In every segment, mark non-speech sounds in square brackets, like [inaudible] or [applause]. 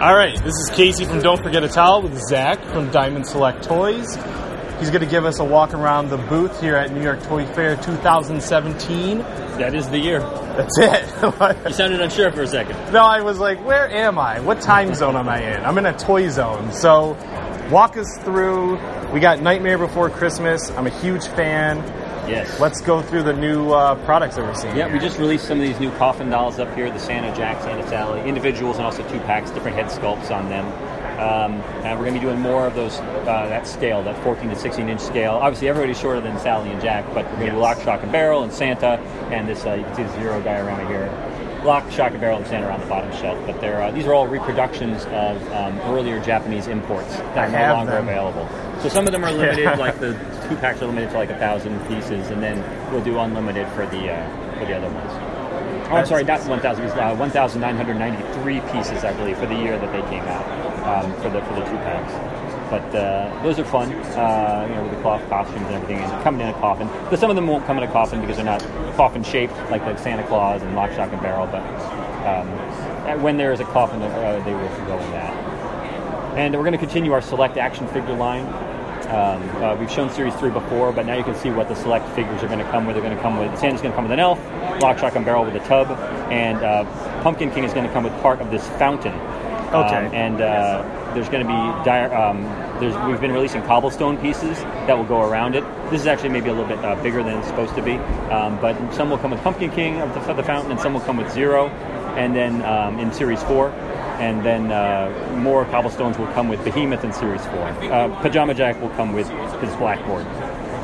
All right, this is Casey from Don't Forget a Towel with Zach from Diamond Select Toys. He's going to give us a walk around the booth here at New York Toy Fair 2017. That is the year. That's it. [laughs] You sounded unsure for a second. no, I was like, where am I? What time zone am I in? I'm in a toy zone. So, walk us through. We got Nightmare Before Christmas. I'm a huge fan. Yes. Let's go through the new uh, products that we're seeing. Yeah, here. we just released some of these new coffin dolls up here, the Santa Jack, Santa Sally, individuals, and also two packs, different head sculpts on them. Um, and we're going to be doing more of those, uh, that scale, that 14 to 16 inch scale. Obviously, everybody's shorter than Sally and Jack, but we're going to do Yes. Lock, Shock, and Barrel and Santa, and this, uh, you can see the zero guy around here. Lock, Shock, and Barrel and Santa are on the bottom shelf, but they're, uh, these are all reproductions of um, earlier Japanese imports that I are no have longer them. available. So some of them are limited, Yeah. like the two packs are limited to like a thousand pieces, and then we'll do unlimited for the uh, for the other ones. Oh, I'm That's- sorry, not 1,000. pieces, Uh, 1,993 pieces, I believe, for the year that they came out um, for the for the two packs. But uh, those are fun, uh, you know, with the cloth costumes and everything, and coming in a coffin. But some of them won't come in a coffin because they're not coffin shaped, like like Santa Claus and Lock, Shock, and Barrel. But um, and when there is a coffin, uh, they will go in that. And we're going to continue our select action figure line. Um, uh, we've shown series three before, but now you can see what the select figures are going to come with. They're going to come with Santa's going to come with an elf, Lock, Shock, and Barrel with a tub, and uh, Pumpkin King is going to come with part of this fountain. Um, Okay. and uh, there's going to be dire, um, there's we've been releasing cobblestone pieces that will go around it. This is actually maybe a little bit uh, bigger than it's supposed to be, um, but some will come with Pumpkin King of the, of the fountain, and some will come with zero, and then um, in series four, and then uh, more cobblestones will come with Behemoth in series four. Uh, Pajama Jack will come with his blackboard.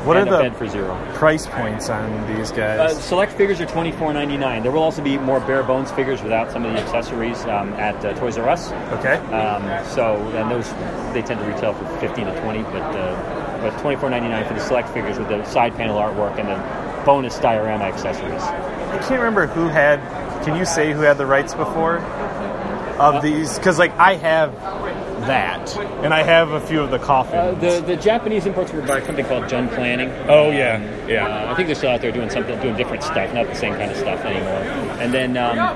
What and are a the bed for zero? price points on these Uh, guys? select figures are twenty four ninety nine. There will also be more bare bones figures without some of the accessories um, at uh, Toys R Us. okay. Um, so and those they tend to retail for fifteen to twenty, but uh, but twenty four ninety nine for the select figures with the side panel artwork and the bonus diorama accessories. I can't remember who had. Can you say who had the rights before of these? Because like I have that, and I have a few of the coffins. Uh, the the Japanese imports were by a company called Jun Planning. oh yeah, yeah. Uh, I think they're still out there doing something, doing different stuff, not the same kind of stuff anymore. And then um, uh,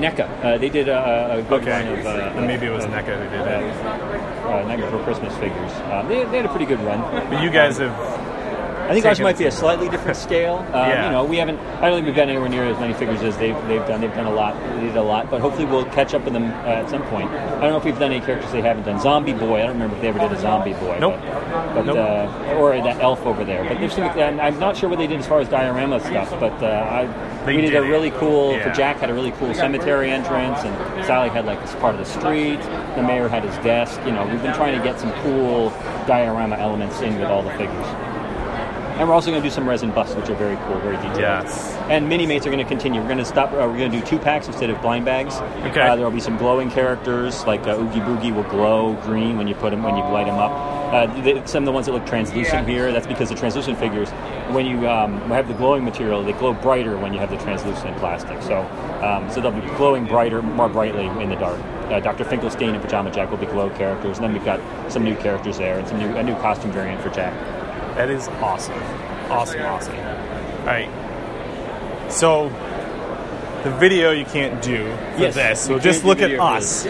NECA, uh, they did a, a good okay, run of uh, Then maybe it was of, NECA who did Uh, that. uh, Night Before Christmas figures. Uh, they, they had a pretty good run. But you guys have. I think ours Taken might be a slightly [laughs] different scale. Um, Yeah. You know, we haven't. I don't think we've got anywhere near as many figures as they've, they've done. They've done a lot. They did a lot, but hopefully we'll catch up with them uh, at some point. I don't know if we've done any characters they haven't done. Zombie Boy. I don't remember if they ever did a Zombie Boy. Nope. But, but, Nope. Uh, or that elf over there. But there's some, and I'm not sure what they did as far as diorama stuff. But uh, I, They we did, did a it. really cool. Yeah. For Jack had a really cool cemetery entrance, and Sally had like this part of the street. The mayor had his desk. You know, we've been trying to get some cool diorama elements in with all the figures. And we're also going to do some resin busts, which are very cool, very detailed. Yes. And mini mates are going to continue. We're going to stop. Uh, we're going to do two packs instead of blind bags. Okay. Uh, there will be some glowing characters, like uh, Oogie Boogie will glow green when you put them when you light them up. Uh, the, some of the ones that look translucent here, that's because the translucent figures, when you um, have the glowing material, they glow brighter when you have the translucent plastic. So, um, so they'll be glowing brighter, more brightly in the dark. Uh, Dr. Finkelstein and Pajama Jack will be glow characters, and then we've got some new characters there and some new a new costume variant for Jack. That is awesome, awesome, awesome. All right. So, the video you can't do for Yes, this. So we can't just do look at video for us.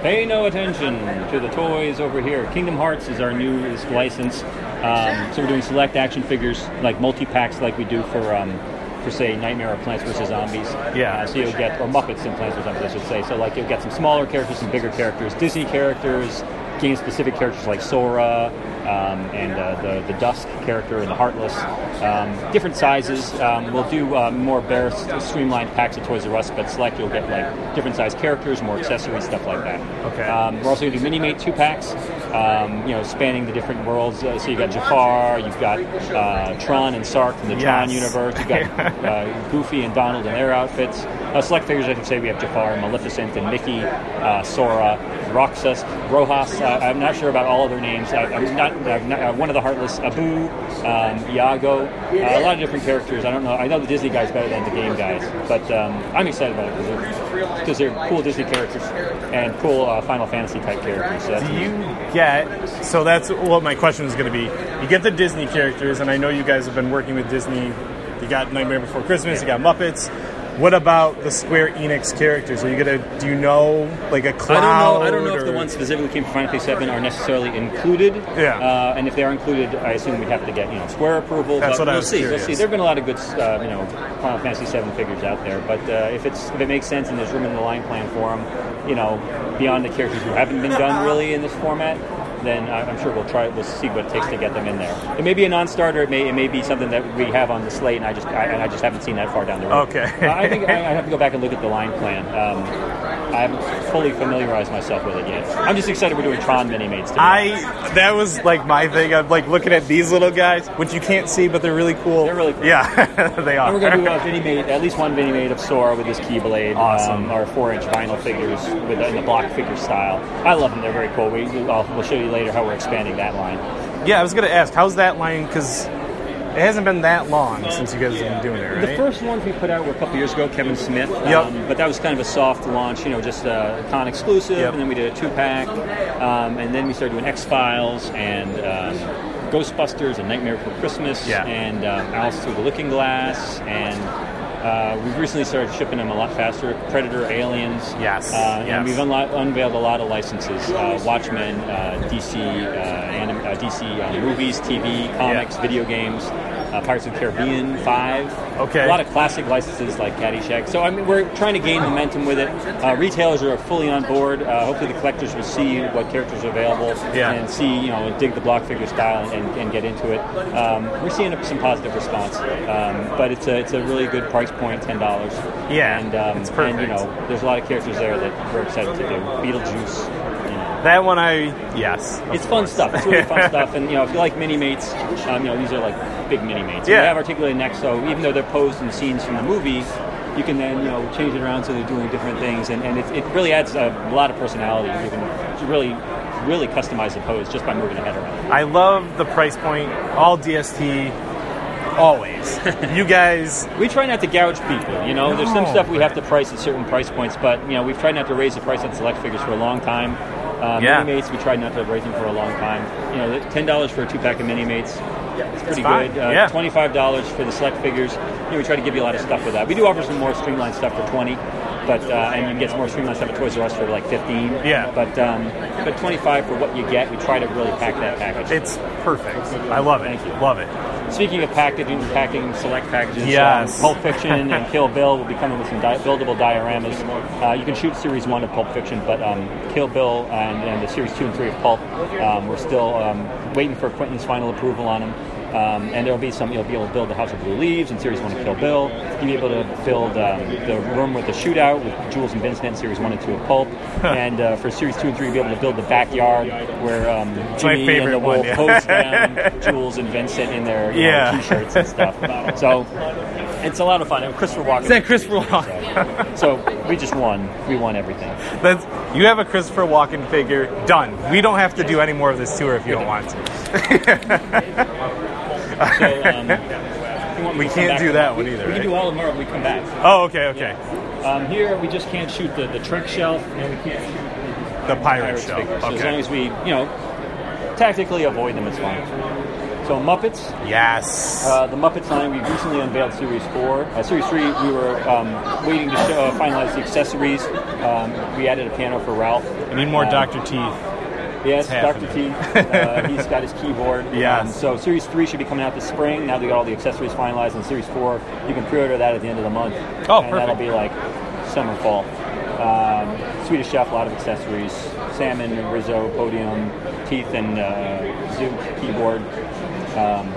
Pay no attention to the toys over here. Kingdom Hearts is our newest license. Um, so we're doing select action figures, like multi packs, like we do for. Um, for say Nightmare or Plants vs Zombies, Yeah. Uh, so you'll get or Muppets and Plants vs Zombies, I should say. So like you'll get some smaller characters, some bigger characters, Disney characters, game specific characters like Sora um, and uh, the the Dusk character and the Heartless. Um, different sizes. Um, we'll do uh, more bare, streamlined packs of Toys R Us, but select you'll get like different size characters, more accessories, stuff like that. Okay. Um, we're also going to do mini mate two packs, um, you know, spanning the different worlds. Uh, so you got Jafar, you've got uh, Tron and Sark from the Tron Yes. universe. You've got uh, Goofy and Donald in their outfits. Uh, select figures, I should say, we have Jafar, Maleficent, and Mickey, uh, Sora, Roxas, Rojas. Uh, I'm not sure about all of their names. I, I'm not, I'm not uh, one of the Heartless, Abu, um, Iago, uh, a lot of different characters. I don't know. I know the Disney guys better than the game guys, but um, I'm excited about it because they're, cool Disney characters and cool uh, Final Fantasy type characters. So that's Do you get so that's what my question is going to be you get the disney characters and i know you guys have been working with disney you got nightmare before christmas you got muppets What about the Square Enix characters? Are you gonna? Do you know like a I cloud? don't know. I don't know if the or- ones specifically came from Final Fantasy VII are necessarily included. Yeah. Uh, and if they are included, I assume we'd have to get you know Square approval. That's what but I we'll was see. curious. We'll see. There've been a lot of good uh, you know Final Fantasy VII figures out there, but uh, if it's if it makes sense and there's room in the line plan for them, you know, beyond the characters who haven't been done really in this format. Then I- I'm sure we'll try. We'll see what it takes to get them in there. It may be a non-starter. It may it may be something that we have on the slate, and I just I, and I just haven't seen that far down the road. Okay. Uh, I think I, I have to go back and look at the line plan. Um, I haven't fully familiarized myself with it yet. I'm just excited we're doing Tron mini mates today. I that was like my thing. I'm like looking at these little guys, which you can't see, but they're really cool. They're really cool. Yeah, [laughs] they are. and we're going to do a mini mate, at least one mini mate of Sora with his Keyblade. Awesome. Um, our four-inch vinyl figures with in the block figure style. I love them. They're very cool. We, I'll, we'll show you later how we're expanding that line. yeah, I was gonna ask, how's that line? Because it hasn't been that long since you guys have been doing it, right? The first ones we put out were a couple years ago, Kevin Smith. um, Yep. but that was kind of a soft launch, you know, just a con exclusive. Yep. And then we did a two pack. Um, and then we started doing X Files and um, Ghostbusters and Nightmare Before Christmas Yeah. and um, Alice Through the Looking Glass. And uh, we've recently started shipping them a lot faster Predator, Aliens. Yes, Uh, yes. And we've unlo- unveiled a lot of licenses uh, Watchmen, uh, DC, uh, anim- uh, DC uh, movies, TV, comics, video games. Uh, Pirates of the Caribbean 5. Okay. A lot of classic licenses like Caddyshack. So I mean, we're trying to gain momentum with it. Uh, retailers are fully on board. Uh, hopefully, the collectors will see what characters are available Yeah. and see, you know, dig the block figure style and, and get into it. Um, we're seeing some positive response, um, but it's a it's a really good price point, ten dollars. Yeah, and um, it's perfect. And you know, there's a lot of characters there that we're excited to do. Beetlejuice. You know. that one, I yes, It's fun stuff. It's really fun stuff. And you know, if you like mini mates, um, you know these are like big mini mates. Yeah. They have articulated necks, so even though they're posed in scenes from the movie, you can then you know change it around so they're doing different things, and, and it, it really adds a lot of personality. You can really, really customize the pose just by moving a head around. I love the price point. All DST, [laughs] always. you guys, We try not to gouge people. You know, there's some No. stuff we have to price at certain price points, but you know, we've tried not to raise the price on select figures for a long time. Uh, Yeah. Mini mates, we tried not to raise them for a long time. You know, the- ten dollars for a two pack of mini mates. It's pretty fine. good. Uh, Yeah. Twenty-five dollars for the select figures. You know, we try to give you a lot of stuff with that. We do offer some more streamlined stuff for twenty, but uh, and you can get some more streamlined stuff at Toys R Us for like fifteen. Yeah. But um, but twenty-five for what you get. We try to really pack that package. it's perfect. I love it. Thank you. Love it. Speaking of packaging, packing select packages, Yes. um, Pulp Fiction [laughs] and Kill Bill will be coming with some di- buildable dioramas. Uh, you can shoot Series 1 of Pulp Fiction, but um, Kill Bill and, and the Series 2 and 3 of Pulp, um, we're still um, waiting for Quentin's final approval on them. Um, and there'll be some, you'll be able to build the House of Blue Leaves in Series 1 of Kill Bill. You'll be able to build um, the room with the shootout with Jules and Vincent in Series 1 and 2 of Pulp. and uh, for Series 2 and 3, you'll be able to build the backyard where um, my Jimmy and favorite the one, wolf yeah. [laughs] hose down Jules and Vincent in their you know, Yeah. t-shirts and stuff. So it's a lot of fun. And Christopher Walken. Christopher Walken? [laughs] So we just won. We won everything. [laughs] That's, you have a Christopher Walken figure. Done. We don't have to do any more of this tour if you don't want to. So, [laughs] um, if you want, We can come can't back do to that one We, either, we right? can do all of them when we come back. Oh, okay, okay. Um, here we just can't shoot the, the trick shelf and we can't shoot The pirate pirates show. figures. So as long Okay. as we, you know, tactically avoid them, it's fine. So Muppets, Yes. Uh, the Muppets line, we recently unveiled Series 4. Uh, series 3, we were um, waiting to show, uh, finalize the accessories. Um, we added a piano for Ralph. I need more Um, Dr. Teeth. Yes, happening. Dr. [laughs] T. Uh, he's got his keyboard. Um, Yes. so Series 3 should be coming out this spring. Now they got all the accessories finalized. And Series 4, you can pre-order that at the end of the month. Oh, And perfect. that'll be like summer, fall. Um, Swedish Chef, a lot of accessories. Salmon, Rizzo, Podium, Teeth, and uh, Zoom keyboard. Um,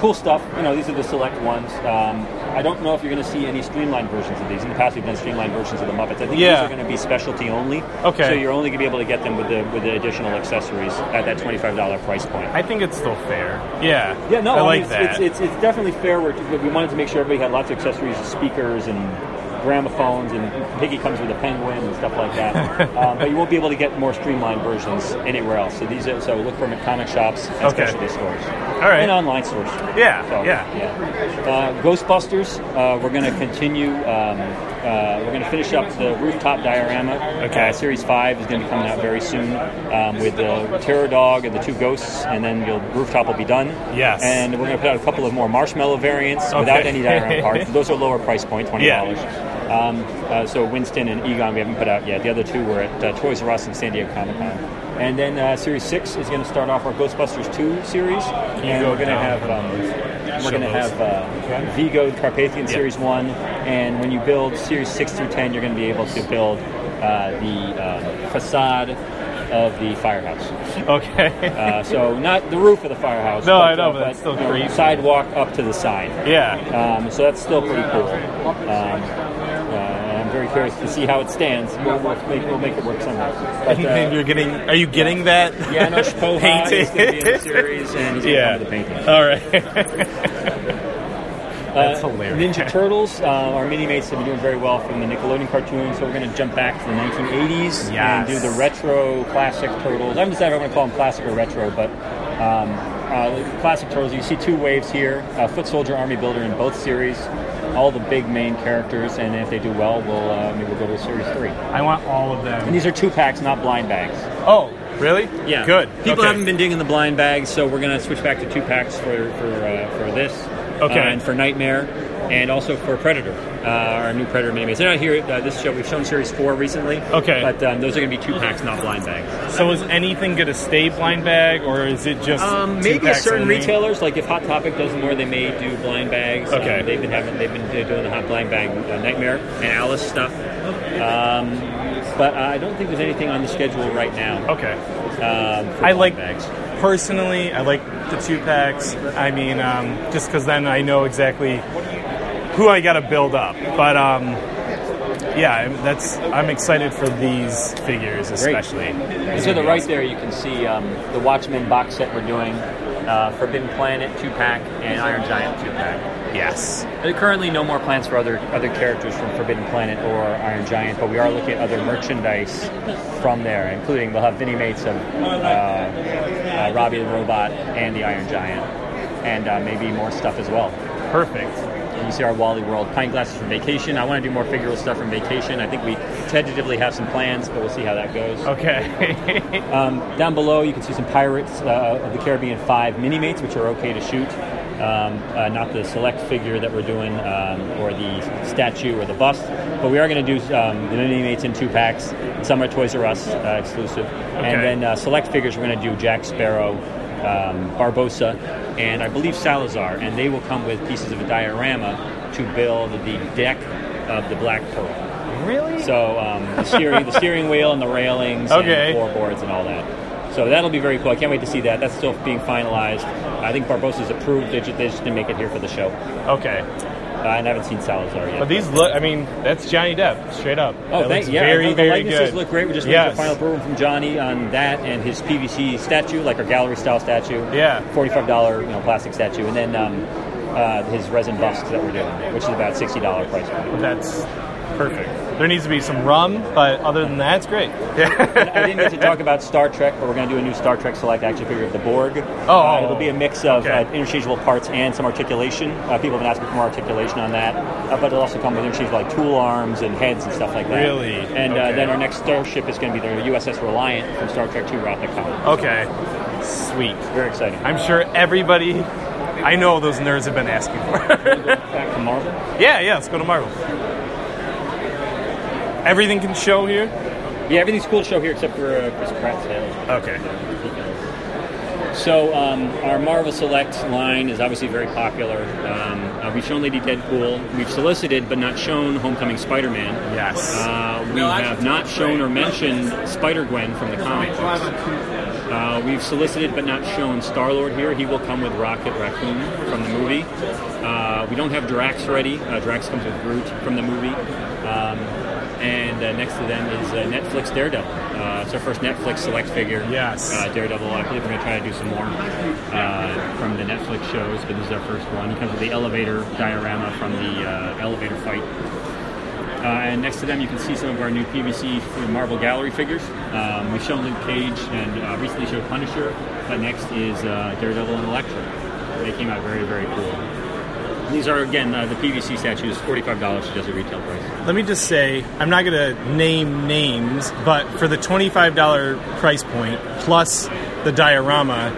cool stuff. You know, these are the select ones. Um, I don't know if you're going to see any streamlined versions of these. In the past, we've done streamlined versions of the Muppets. I think Yeah. these are going to be specialty only. Okay. So you're only going to be able to get them with the with the additional accessories at that $25 price point. I think it's still fair. Yeah. Yeah, no, I mean, like it's, that. It's, it's, it's definitely fair. We're, we wanted to make sure everybody had lots of accessories, speakers, and gramophones, and Piggy comes with a penguin and stuff like [laughs] that. um, but you won't be able to get more streamlined versions anywhere else. So these are so look for 'em at comic shops and Okay. specialty stores. All right. And online stores. Yeah, So, yeah. yeah. Uh, Ghostbusters. Uh, we're going to continue. Um, uh, we're going to finish up the rooftop diorama. Okay. Uh, series five is going to be coming out very soon um, with the Terror Dog and the two ghosts, and then your rooftop will be done. Yes. And we're going to put out a couple of more marshmallow variants without Okay. any [laughs] diorama parts. Those are lower price point, twenty dollars. Um, uh, so Winston and Egon we haven't put out yet. The other two were at uh, Toys R Us and San Diego Comic Con. And then uh, Series Six is going to start off our Ghostbusters Two series, and go we're going to down? have um, we're going to Show have those. uh, Vigo Carpathian Series One, and when you build Series Six through Ten, you're going to be able to build uh, the uh, facade of the firehouse. Okay. [laughs] Uh, so not the roof of the firehouse. No, but, I know, uh, but that's still you know, creepy. Sidewalk up to the side. yeah. Um, so that's still pretty cool. Um, uh, I'm very curious to see how it stands. We'll, we'll, make, we'll make it work somehow. [laughs] But, And then uh, you're getting. Are you getting that? yeah, [laughs] no, Shpoha is going to be in the painting? series, and he's [laughs] yeah. going to come with the All painting. right. That's Uh, hilarious. Ninja Turtles, uh, our mini mates have been doing very well from the Nickelodeon cartoon, so we're going to jump back to the 1980s and Yes. do the retro classic Turtles. I'm just I want to call them classic or retro, but um, uh, the classic Turtles. You see two waves here: uh, Foot Soldier, Army Builder in both series. All the big main characters, and if they do well, we'll uh, maybe we'll go to series three. I want all of And them. these are two packs, not blind bags. Oh, really? Yeah. Good. People Okay. haven't been digging the blind bags, so we're gonna switch back to two packs for for uh, for this. Okay. Uh, and for Nightmare, and also for Predator, uh, our new Predator mini They're not here. Uh, this show we've shown series four recently. Okay. But um, those are gonna be two packs, not blind bags. So is anything going to stay blind bag, or is it just Um, two maybe packs certain only? retailers, like if Hot Topic does more, they may do blind bags. Um, Okay. they've been having they've been doing the hot blind bag uh, Nightmare and Alice stuff. Um, but I don't think there's anything on the schedule right now. Okay. Um, Oh, for I blind like bags. personally. I like the two packs. I mean, um, just because then I know exactly who I got to build up. But um, yeah, I'm- that's I'm excited for these figures especially. And to the right there, you can see um, the Watchmen box set we're doing, uh, Forbidden Planet two pack and Iron Giant two pack. Yes. There are currently no more plans for other other characters from Forbidden Planet or Iron Giant, but we are looking at other merchandise from there, including we'll have Vinnie Mates of uh, uh, Robbie the Robot and the Iron Giant, and uh, maybe more stuff as well. Perfect. And you see our Wally World pint glasses from Vacation. I want to do more figural stuff from Vacation. I think we tentatively have some plans, but we'll see how that goes. Okay. [laughs] Um, down below, you can see some Pirates uh, of the Caribbean 5 mini mates, which are okay to shoot. Um, uh, not the select figure that we're doing, um, or the statue or the bust, but we are going to do um, the mini mates in two packs. Some are Toys R Us uh, exclusive, and Okay. then uh, select figures we're going to do Jack Sparrow, um, Barbosa, and I believe Salazar, and they will come with pieces of a diorama to build the deck of the Black Pearl. really? So um, the steering, the steering wheel, and the railings, Okay. and the floorboards, and all that. So that'll be very cool. I can't wait to see that. That's still being finalized. I think Barbosa's approved. They just, they just didn't make it here for the show. Uh, okay. and I haven't seen Salazar yet. But these look. I mean, that's Johnny Depp straight up. oh, that thank looks yeah. Very, the, the very likenesses good. look great. We just yes. made the final approval from Johnny on that and his PVC statue, like our gallery style statue. Yeah. Forty-five dollar, you know, plastic statue, and then um, uh, his resin busts that we're doing, which is about sixty dollar price point. That's perfect. There needs to be some rum, but other than that, it's great. Yeah. I didn't get to talk about Star Trek, but we're going to do a new Star Trek Select action figure of the Borg. Oh. Uh, it'll be a mix of Okay. uh, interchangeable parts and some articulation. Uh, people have been asking for more articulation on that, uh, but it'll also come with interchangeable like tool arms and heads and stuff like that. Really? And uh, Okay. then our next starship is going to be the USS Reliant from Star Trek II Wrath of Khan. Okay. Sweet. Very exciting. I'm sure everybody. I know those nerds have been asking for. it. Back to Marvel. yeah, yeah. Let's go to Marvel. Everything can show here. Yeah, everything's cool to show here except for uh, Chris Pratt's head. Okay. So um, our Marvel Select line is obviously very popular. Um, uh, we've shown Lady Deadpool. We've solicited but not shown Homecoming Spider-Man. Yes. Uh, we have not shown or mentioned Spider Gwen from the comic books. Uh, we've solicited but not shown Star Lord here. He will come with Rocket Raccoon from the movie. Uh, we don't have Drax ready. Uh, Drax comes with Groot from the movie. Um, and uh, next to them is uh, Netflix Daredevil. Uh, it's our first Netflix select figure. Yes. Uh, Daredevil. I think we're going to try to do some more uh, from the Netflix shows, but this is our first one. He comes with the elevator diorama from the uh, elevator fight Uh, and next to them, you can see some of our new PVC for the Marvel Gallery figures. Um, we've shown Luke Cage and uh, recently showed Punisher, but next is uh, Daredevil and Elektra. They came out very, very cool. These are, again, uh, the PVC statues, $45 to just a retail price. Let me just say, I'm not going to name names, but for the $25 price point plus the diorama,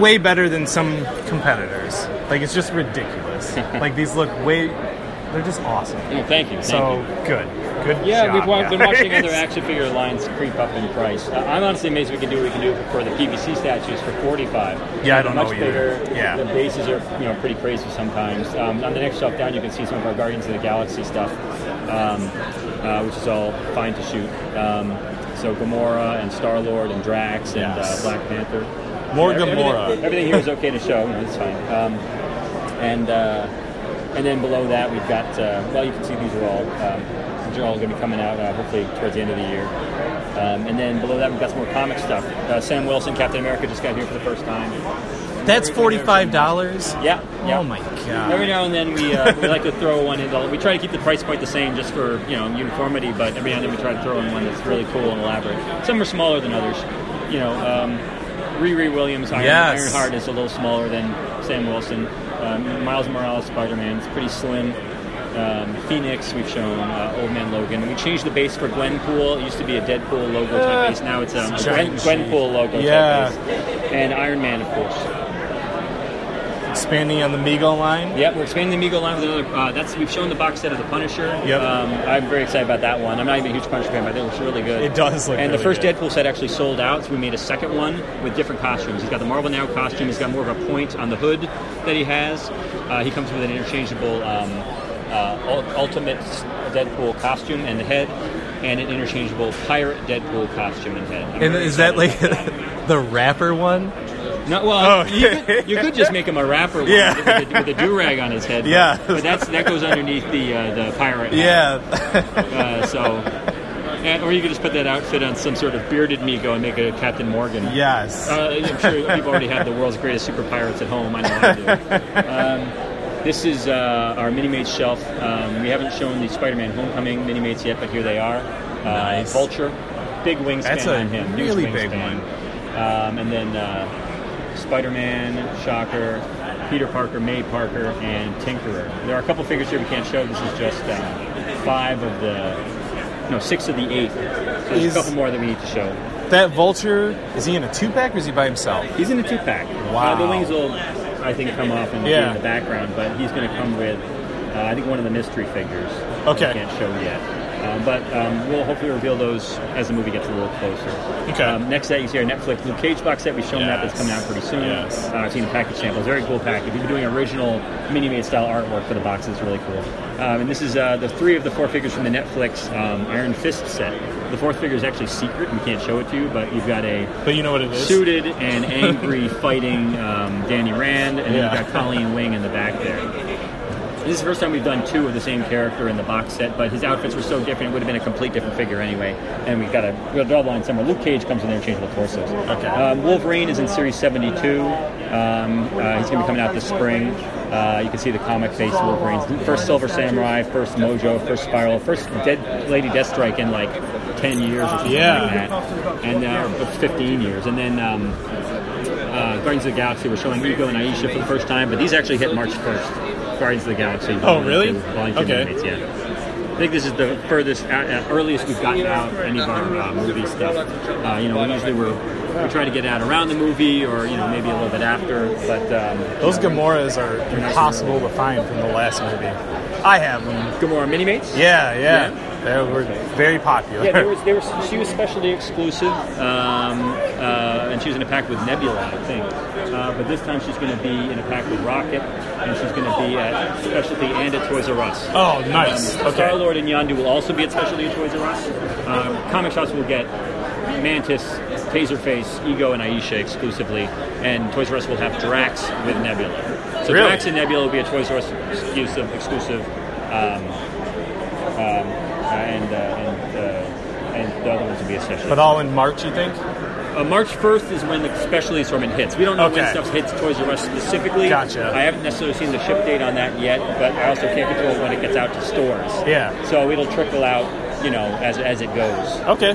way better than some competitors. Like, it's just [laughs] ridiculous. like, these look way, they're just awesome. Well, thank you. Thank so, you. good. Good Yeah, job, we've wa- [laughs] been guys. watching other action figure lines creep up in price. Uh, I'm honestly amazed we can do what we can do for the PVC statues for 45. Yeah, I don't Much know either. bigger. Yeah. The bases are you know pretty crazy sometimes. Um, on the next shelf down, you can see some of our Guardians of the Galaxy stuff, um, uh, which is all fine to shoot. Um, so Gamora and Star Lord and Drax and Yes. uh, Black Panther. More Yeah, everything- Gamora. Everything, here is okay to show. You know, it's fine. Um, and uh, and then below that we've got uh, well you can see these are all um, these are all going to be coming out uh, hopefully towards the end of the year um, and then below that we've got some more comic stuff uh, Sam Wilson Captain America just got here for the first time That's $45? yeah yeah Oh, my God. every now and then we, uh, we like to throw one in we try to keep the price point the same just for you know uniformity but every now and then we try to throw in one that's really cool and elaborate some are smaller than others you know um, Riri Williams Iron, Yes. Ironheart is a little smaller than Sam Wilson um, Miles Morales Spider-Man is pretty slim um, Phoenix we've shown uh, Old Man Logan we changed the base for Gwenpool it used to be a Deadpool logo type base now it's um, a Gwen, giant shape. Gwenpool logo Yeah. type base and Iron Man of course Expanding on the Mego line? Yep, we're expanding the Mego line with another. Uh, that's we've shown the box set of the Punisher. Yep. Um, I'm very excited about that one. I'm not even a huge Punisher fan, but I think it looks really good. It does look And the really first good. Deadpool set actually sold out, so we made a second one with different costumes. He's got the Marvel Now costume. He's got more of a point on the hood that he has. Uh, he comes with an interchangeable um, uh, ul- Ultimate Deadpool costume and the head, and an interchangeable Pirate Deadpool costume and head. I'm And very is that excited like [laughs] about the rapper one? no, well, Oh, you, okay. [laughs] could, you could just make him a rapper one Yeah. with, a, with a do rag on his head. but- Yeah. but that's that goes underneath the uh, the pirate. hat. Yeah. Uh, so, and, or you could just put that outfit on some sort of bearded Mego and make it a Captain Morgan. Yes. Uh, I'm sure people already have the world's greatest super pirates at home. I know I do. Um, this is uh, our mini mates shelf. Um, we haven't shown the Spider-Man Homecoming mini mates yet, but here they are. Uh, Nice. Vulture, big wingspan That's a on him. huge really big wingspan. one. Um, and then uh, Spider-Man, Shocker, Peter Parker, May Parker, and Tinkerer. There are a couple figures here we can't show. This is just uh, five of the. No, six of the eight. So there's Is- a couple more that we need to show. that vulture, is he in a two pack or is he by himself? He's in a two pack. Wow. Uh, the wings will, I think, come off and be Yeah. in the background, but he's going to come with, uh, I think, one of the mystery figures. that we Okay. Can't show yet. Uh, but um, we'll hopefully reveal those as the movie gets a little closer. Okay. Um, next, that you see our Netflix Luke Cage box set. We've shown that that's Yes. coming out pretty soon. Yes. Uh, I've seen the package samples. Very cool package. We've been doing original mini made style artwork for the box. It's really cool. Um, and this is uh, the three of the four figures from the Netflix um, Iron Fist set. The fourth figure is actually secret. We can't show it to you, but you've got a But you know what it is? suited [laughs] and angry fighting um, Danny Rand, and then Yeah. we've got Colleen Wing in the back there. This is the first time we've done two of the same character in the box set, but his outfits were so different, it would have been a complete different figure anyway. And we've got a we'll draw the line somewhere. Luke Cage comes in interchangeable torsos. Okay. Um, Wolverine is in Series 72. Um, uh, he's going to be coming out this spring. Uh, you can see the comic face Wolverines. First Silver Samurai, first Mojo, first Spiral, first Dead Lady Deathstrike in like 10 years or something Yeah. like that. And uh, 15 years. And then. Um, uh, Guardians of the Galaxy were showing Ego and Aisha for the first time, but these actually hit March 1st. Guardians of the Galaxy. Volume Oh, really? two- Volume two Okay. minimates, yeah. I think this is the furthest, uh, uh, earliest we've gotten out any of our uh, movie stuff. Uh, you know, usually we're, we try to get out around the movie or, you know, maybe a little bit after, but um, Those Gamoras are impossible to find from the last movie. I have them. Gamora Minimates? Yeah, yeah. They were very popular. Yeah, there was, there was, she was specialty exclusive, um, uh, and she was in a pack with Nebula, I think. Uh, but this time she's going to be in a pack with Rocket, and she's going to be at specialty and at Toys R Us. oh, nice. Star Okay. Lord and Yondu will also be at specialty at Toys R Us. Um, comic shops will get Mantis, Taserface, Ego, and Aisha exclusively, and Toys R Us will have Drax with Nebula. So Really? Drax and Nebula will be a Toys R Us exclusive. exclusive um, um, uh, and, uh, and, uh, and the other ones will be a special. But all in March, you think? uh, March 1st is when the specialty assortment hits. We don't know when Okay. stuff hits Toys R Us specifically. Gotcha. I haven't necessarily seen the ship date on that yet, but I also can't control when it gets out to stores. Yeah. So it'll trickle out, you know, as, as it goes. Okay.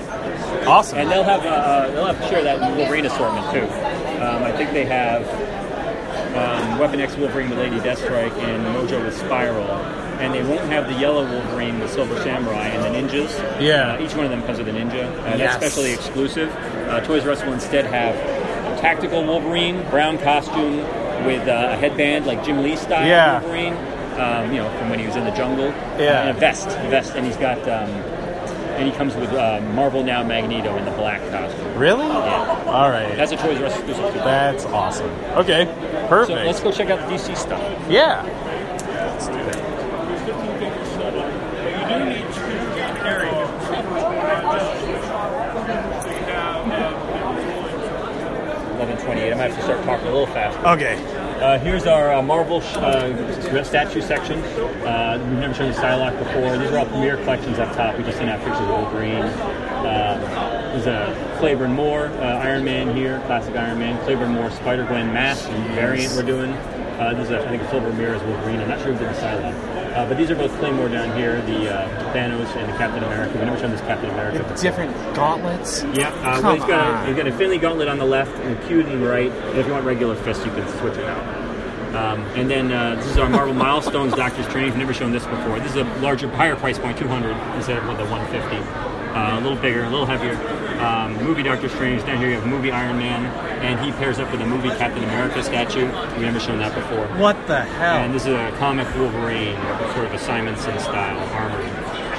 Awesome. And they'll have uh, uh, they'll have to share that Wolverine assortment too. Um, I think they have um, Weapon X Wolverine with Lady Deathstrike and Mojo with Spiral, and they won't have the Yellow Wolverine with Silver Samurai and the Ninjas. Yeah. Uh, each one of them comes with a ninja. Uh, Yes. That's specially exclusive. Uh, Toys R Us will instead have a tactical Wolverine, brown costume with uh, a headband like Jim Lee style Yeah. Wolverine. Um, you know, from when he was in the jungle. Yeah. And a vest, a vest, and he's got. Um, and he comes with uh, Marvel Now Magneto in the black costume. really? All right. That's a Toys R Us exclusive. too. That's awesome. Okay. So Perfect. let's go check out the DC stuff. yeah. Let's do that. Eleven twenty-eight. I might have to start talking a little faster. Okay. Uh, here's our uh, Marvel sh- uh, statue section. Uh, we've never shown the Psylocke before. These are all premiere collections up top. We just seen out pictures of Wolverine. Uh, there's a Claiborne Moore uh, Iron Man here, classic Iron Man. Claiborne Moore Spider Gwen mask variant we're doing. Uh, this is a, I think a Silver Mirror's Wolverine. I'm not sure if did the Psylocke. Uh, but these are both Claymore down here, the uh, Thanos and the Captain America. We've never shown this Captain America before. Different gauntlets. Yeah, uh, well, Come he's got a, on. he's got a Finley gauntlet on the left and a Cuden right. And if you want regular fist, you can switch it out. Um, and then uh, this is our Marvel Milestones Doctor's Train. We've never shown this before. This is a larger, higher price point, 200 instead of what, the 150. Uh, a little bigger, a little heavier. Um, movie Doctor Strange. Down here you have movie Iron Man, and he pairs up with a movie Captain America statue. We've never shown that before. What the hell? And this is a comic Wolverine, sort of a Simonson style armor.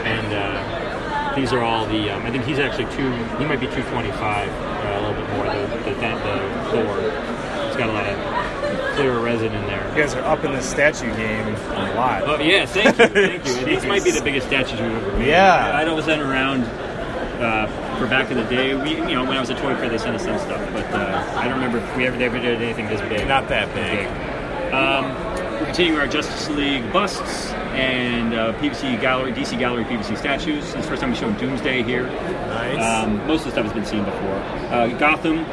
And uh, these are all the. Um, I think he's actually two. He might be two twenty five, uh, a little bit more. The the, the Thor. It's got a lot of clear resin in there. you guys are up in this statue game a Oh lot. yeah, thank you, thank you. These might be the biggest statues we've ever made. Yeah. I was sent around uh, for back in the day. We, you know, when I was a toy fair, they sent us some stuff, but uh, I don't remember if we ever, they ever did anything this big. Not that big. Um, continuing our Justice League busts and uh, PVC gallery, DC gallery PVC statues. This is the first time we showed Doomsday here. Nice. Um, most of the stuff has been seen before. Uh, Gotham,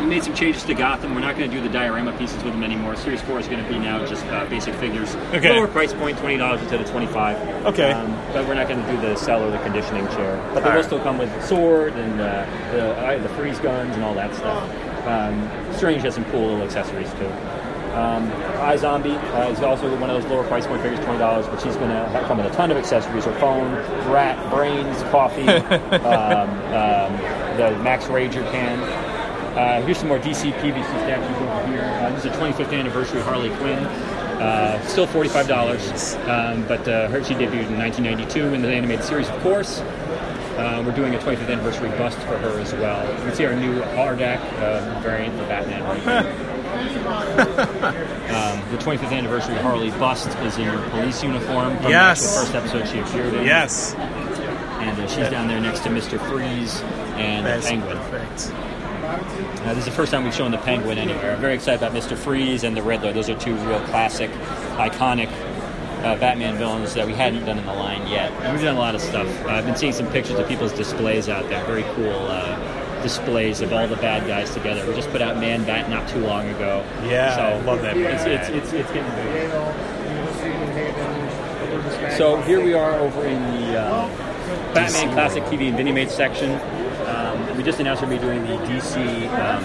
we made some changes to Gotham. We're not going to do the diorama pieces with them anymore. Series 4 is going to be now just uh, basic figures. Okay. Lower price point, $20 instead of Um, 25 Okay. But we're not going to do the cell or the conditioning chair. But they will Alright. still come with the sword and uh, the, uh, the freeze guns and all that stuff. Um, Strange has some cool little accessories too. Um, I Zombie uh, is also one of those lower price point figures, twenty dollars, but she's going to come with a ton of accessories: her phone, rat, brains, coffee, um, um, the Max Rager can. Uh, here's some more DC PVC statues over here. Uh, this is the 25th anniversary of Harley Quinn. Uh, still $45, um, but uh, her, she debuted in 1992 in the animated series, of course. Uh, we're doing a 25th anniversary bust for her as well. You can see our new RDAC uh, variant of Batman. right there. [laughs] um, the 25th anniversary Harley bust is in her police uniform from Yes. the actual first episode she appeared in. yes. And uh, she's down there next to Mr. Freeze and That's Penguin. perfect. Uh, this is the first time we've shown the penguin anywhere. I'm very excited about Mr. Freeze and the Riddler. Those are two real classic, iconic uh, Batman villains that we hadn't done in the line yet. And We've done a lot of stuff. Uh, I've been seeing some pictures of people's displays out there. Very cool uh, displays of all the bad guys together. We just put out Man Bat not too long ago. Yeah, so I love that Man It's, Bat. it's, it's, it's getting big. So here we are over in the uh, Batman Classic TV and Minimates section. Um, we just announced we're going to be doing the DC um,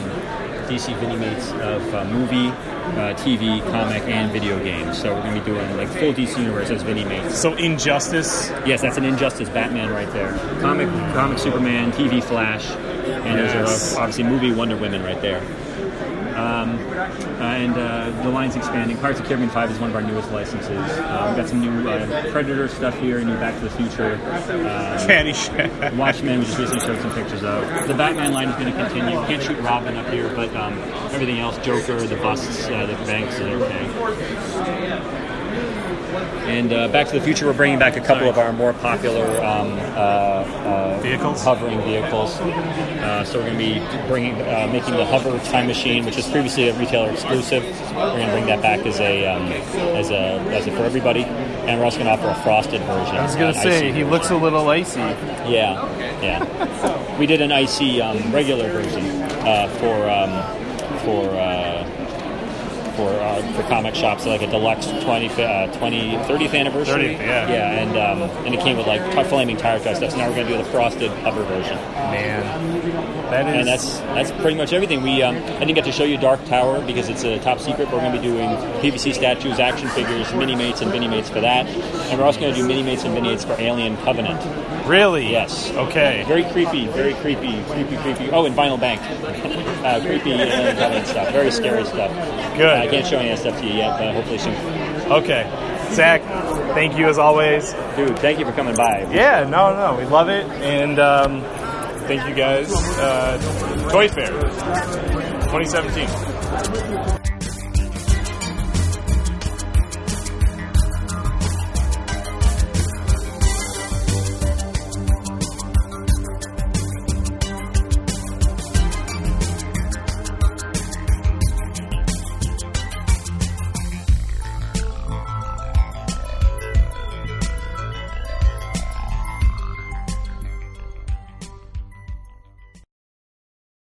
DC Minimates of uh, movie, uh, TV, comic, and video games. So we're going to be doing like full DC universe as Minimates. So injustice. Yes, that's an Injustice Batman right there. Comic, comic Superman, TV Flash, and there's Yes. a, obviously movie Wonder Woman right there. Um, uh, and uh, the line's expanding. Pirates of the Caribbean 5 is one of our newest licenses. Uh, we've got some new uh, Predator stuff here, new Back to the Future. Uh, Caddyshack. Watchmen, we just recently showed some pictures of. The Batman line is going to continue. Can't shoot Robin up here, but um, everything else Joker, the busts, uh, the banks, and everything. And uh, Back to the Future, we're bringing back a couple of our more popular um, uh, uh, [laughs] Vehicles? hovering vehicles. Uh, so we're going to be bringing, uh, making the Hover Time Machine, which was previously a retailer exclusive. We're going to bring that back as a um, as a as a for everybody, and we're also going to offer a frosted version. uh, I was gonna say he looks a little icy. Yeah, yeah. We did an icy um, regular version. uh, for um, for. Uh, for, uh, for comic shops like a deluxe 20, uh, 20 30th anniversary 30th, yeah. yeah and um, and it came with like t- flaming tire track stuff so now we're going to do the frosted hover version Man, that is. and that's that's pretty much everything. We um, I didn't get to show you Dark Tower because it's a top secret. But we're going to be doing PVC statues, action figures, mini mates, and mini mates for that. And we're also going to do mini mates and mini mates for Alien Covenant. really Yes. Okay. Very creepy, very creepy, creepy, creepy. Oh, and Vinyl Bank. uh, creepy Alien Covenant stuff. Very scary stuff. Good. Uh, I can't show any of that stuff to you yet, but hopefully soon. Okay. Zach, thank you as always. Dude, thank you for coming by. Yeah, no, no, we love it, and um, thank you guys. Uh, Toy Fair, 2017.